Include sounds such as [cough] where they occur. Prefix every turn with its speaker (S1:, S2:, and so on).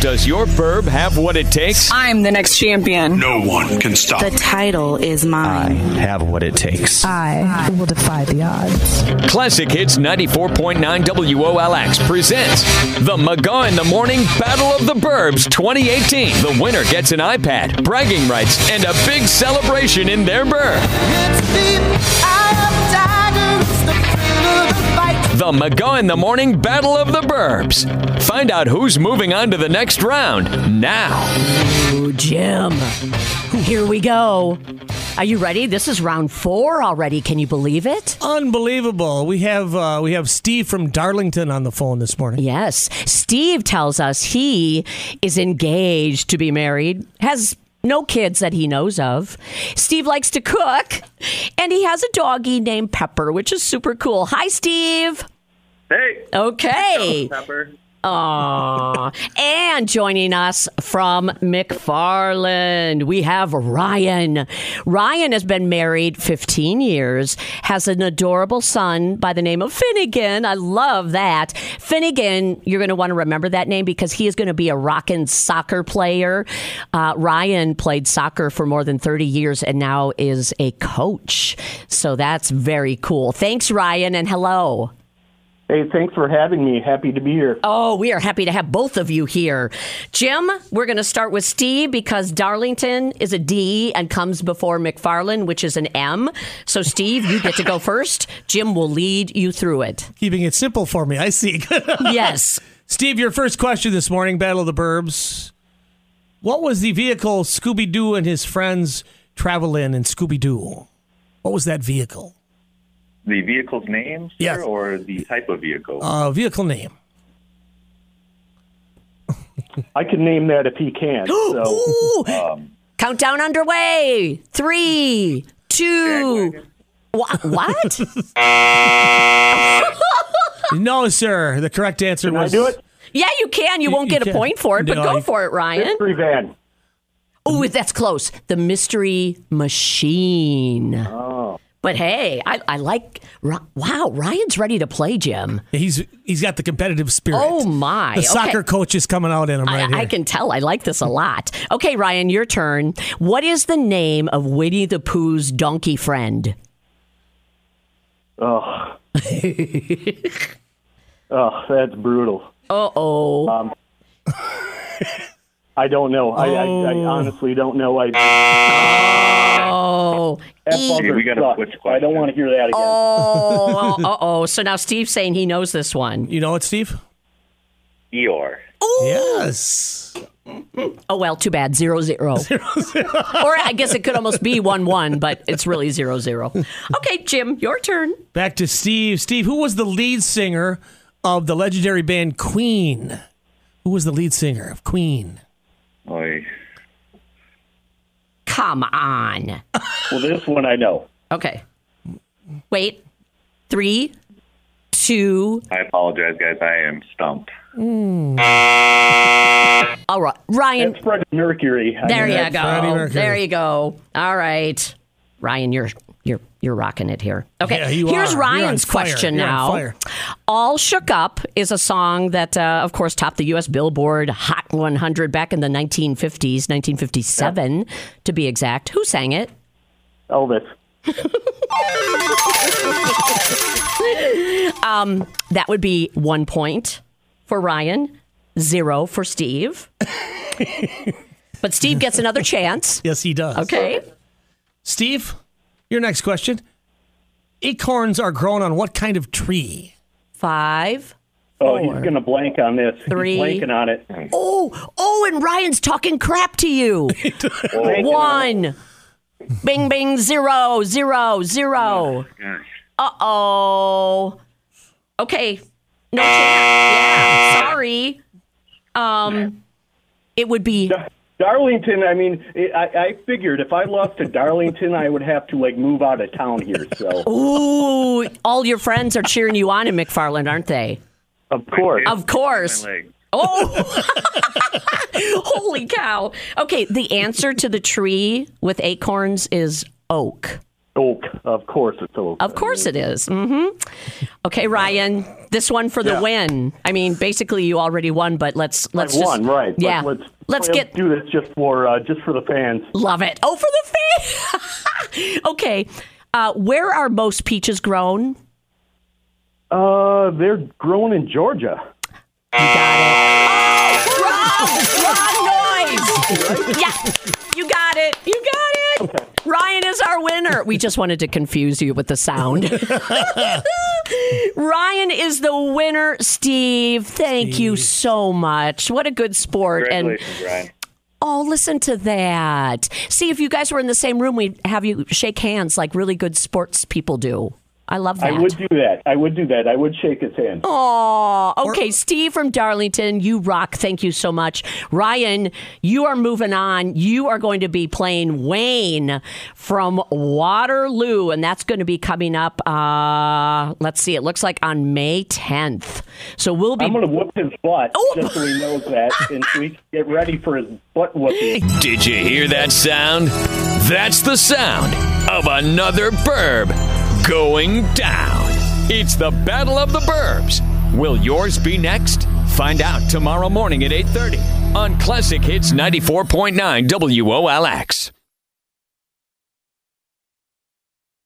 S1: Does your verb have what it takes?
S2: I'm the next champion.
S3: No one can stop.
S4: The title is
S1: I
S4: mine.
S1: have what it takes.
S5: I will defy the odds.
S1: Classic Hits 94.9 WOLX presents the McGaw in the Morning Battle of the Burbs 2018. The winner gets an iPad, bragging rights, and a big celebration in their burb. The McGaw in the Morning Battle of the Burbs. Find out who's moving on to the next round now.
S6: Ooh, Jim. Here we go. Are you ready? This is round four already. Can you believe it?
S7: Unbelievable. We have uh, we have Steve from Darlington on the phone this morning.
S6: Yes. Steve tells us he is engaged to be married, has no kids that he knows of. Steve likes to cook, and he has a doggy named Pepper, which is super cool. Hi, Steve.
S8: Hey,
S6: Okay.
S8: Pepper.
S6: Aw. and joining us from McFarland, we have Ryan. Ryan has been married 15 years, has an adorable son by the name of Finnegan. I love that. Finnegan, you're going to want to remember that name because he is going to be a rockin' soccer player. Uh, Ryan played soccer for more than 30 years and now is a coach. So that's very cool. Thanks, Ryan, and hello.
S8: Hey, thanks for having me. Happy to be here.
S6: Oh, we are happy to have both of you here. Jim, we're going to start with Steve because Darlington is a D and comes before McFarland, which is an M. So, Steve, you get to go first. Jim will lead you through it.
S7: Keeping it simple for me. I see. [laughs]
S6: Yes.
S7: Steve, your first question this morning, Battle of the Burbs. What was the vehicle Scooby Doo and his friends travel in in Scooby Doo? What was that vehicle?
S9: The vehicle's name, sir,
S7: Yes.
S9: or the type of vehicle?
S7: Uh, vehicle name.
S8: I can name that if he
S7: [gasps]
S8: can. So uh,
S6: Ooh. Countdown underway. Three, two. Wha- What?
S7: No, sir. The correct answer
S8: can I
S7: was
S8: do it?
S6: yeah, you can. You
S7: You-
S6: won't
S7: you
S6: get a
S7: can.
S6: point for it, but
S7: No,
S6: go
S7: you-
S6: for it, Ryan.
S8: Mystery van.
S6: Oh, that's close. The mystery machine.
S8: Oh.
S6: But hey, I, I like. Ri- Wow, Ryan's ready to play, Jim.
S7: He's he's got the competitive spirit.
S6: Oh, my.
S7: The
S6: Okay.
S7: soccer coach is coming out in him right
S6: I,
S7: here.
S6: I can tell. I like this a lot. Okay, Ryan, your turn. What is the name of Winnie the Pooh's donkey friend? [laughs]
S8: Oh. oh, that's brutal.
S6: Uh oh.
S8: I don't know. Oh, I, I, I
S7: Oh,
S8: honestly don't know. I
S6: oh.
S8: F
S6: E-
S8: buzzer
S9: we gotta
S8: sucks.
S9: switch
S8: I don't
S9: question.
S8: want to hear that again.
S6: Oh. Uh oh. So now Steve's saying he knows this one.
S7: you know it, Steve?
S9: Eeyore.
S7: Yes.
S6: Oh, well, too bad. Zero,
S7: [laughs]
S6: zero. or I guess it could almost be one, one, but it's really zero, zero. Okay, Jim, your turn.
S7: Back to Steve. Steve, who was the lead singer of the legendary band Queen? Who was the lead singer of Queen?
S9: Oy.
S6: Come on.
S8: Well, this one I know.
S6: Okay. Wait. Three, two.
S9: I apologize, guys. I am stumped.
S6: All right. Ryan,
S8: It's Freddie Mercury. I
S6: there
S8: mean,
S6: you
S8: that's-
S7: Freddie
S6: go.
S7: Mercury.
S6: There you go. All right. Ryan, you're you're you're rocking it here. Okay.
S7: Yeah, you
S6: Here's
S7: are. You're on
S6: Ryan's
S7: fire.
S6: question
S7: You're on
S6: now.
S7: fire.
S6: All Shook Up is a song that, uh, of course, topped the U.S. Billboard Hot 100 back in the 1950s, 1957 to be exact. Who sang it? [laughs]
S8: Elvis.
S6: Um, That would be one point for Ryan, zero
S8: [laughs]
S6: for Steve. but Steve gets another chance.
S7: Yes, he does.
S6: Okay.
S7: Steve, your next question. Acorns are grown on what kind of tree?
S6: Five.
S8: Oh, he's gonna blank on this. He's
S6: Three.
S8: blanking on it.
S6: Oh, oh, and Ryan's talking crap to you. One. Bing, bing, zero, zero, zero.
S9: Gosh.
S6: Uh oh. Okay. No chance. Yeah. Sorry. Um, it would be
S8: Darlington. I mean, it, I, I figured if I lost to Darlington, I would have to like move out of town here. So,
S6: ooh, all your friends are cheering you on in McFarland, aren't they?
S8: of course,
S6: Of course.
S9: My leg.
S6: Oh, holy cow. Okay, the answer to the tree with acorns is oak.
S8: Oak, of course it's oak.
S6: Of course it is. Mm-hmm. Okay, Ryan, this one for the
S8: Yeah.
S6: win. I mean, basically you already won, but let's let's
S8: I
S6: just,
S8: won, right?
S6: Yeah,
S8: Let, us
S6: let's get
S8: do this just for uh, just for the fans.
S6: love it. Oh, for the [laughs] fan. okay, uh, where are most peaches grown?
S8: Uh, they're growing in Georgia. Ah,
S6: noise. yeah, you got it. You got it. Ryan is our winner. We just wanted to confuse you with
S8: [laughs]
S6: the sound. Ryan is the winner, Steve. Thank you so much. What a good sport. And
S9: Congratulations, Ryan.
S6: oh, listen to that. See, if you guys were in the same room, we'd have you shake hands like really good sports people do. I love that.
S8: I would do that. I would do that. I would shake his hand.
S6: Oh, Aw, okay, Steve from Darlington, you rock. Thank you so much. Ryan, you are moving on. You are going to be playing Wayne from Waterloo, and that's going to be coming up, uh, let's see, it looks like on May 10th. So we'll be.
S8: I'm gonna whoop his butt
S6: Oh.
S8: just so he knows that, and so he can get ready for his butt whooping.
S1: Did you hear that sound? That's the sound of another burb going down. It's the Battle of the Burbs. Will yours be next? Find out tomorrow morning at 8:30 on Classic Hits 94.9 WOLX.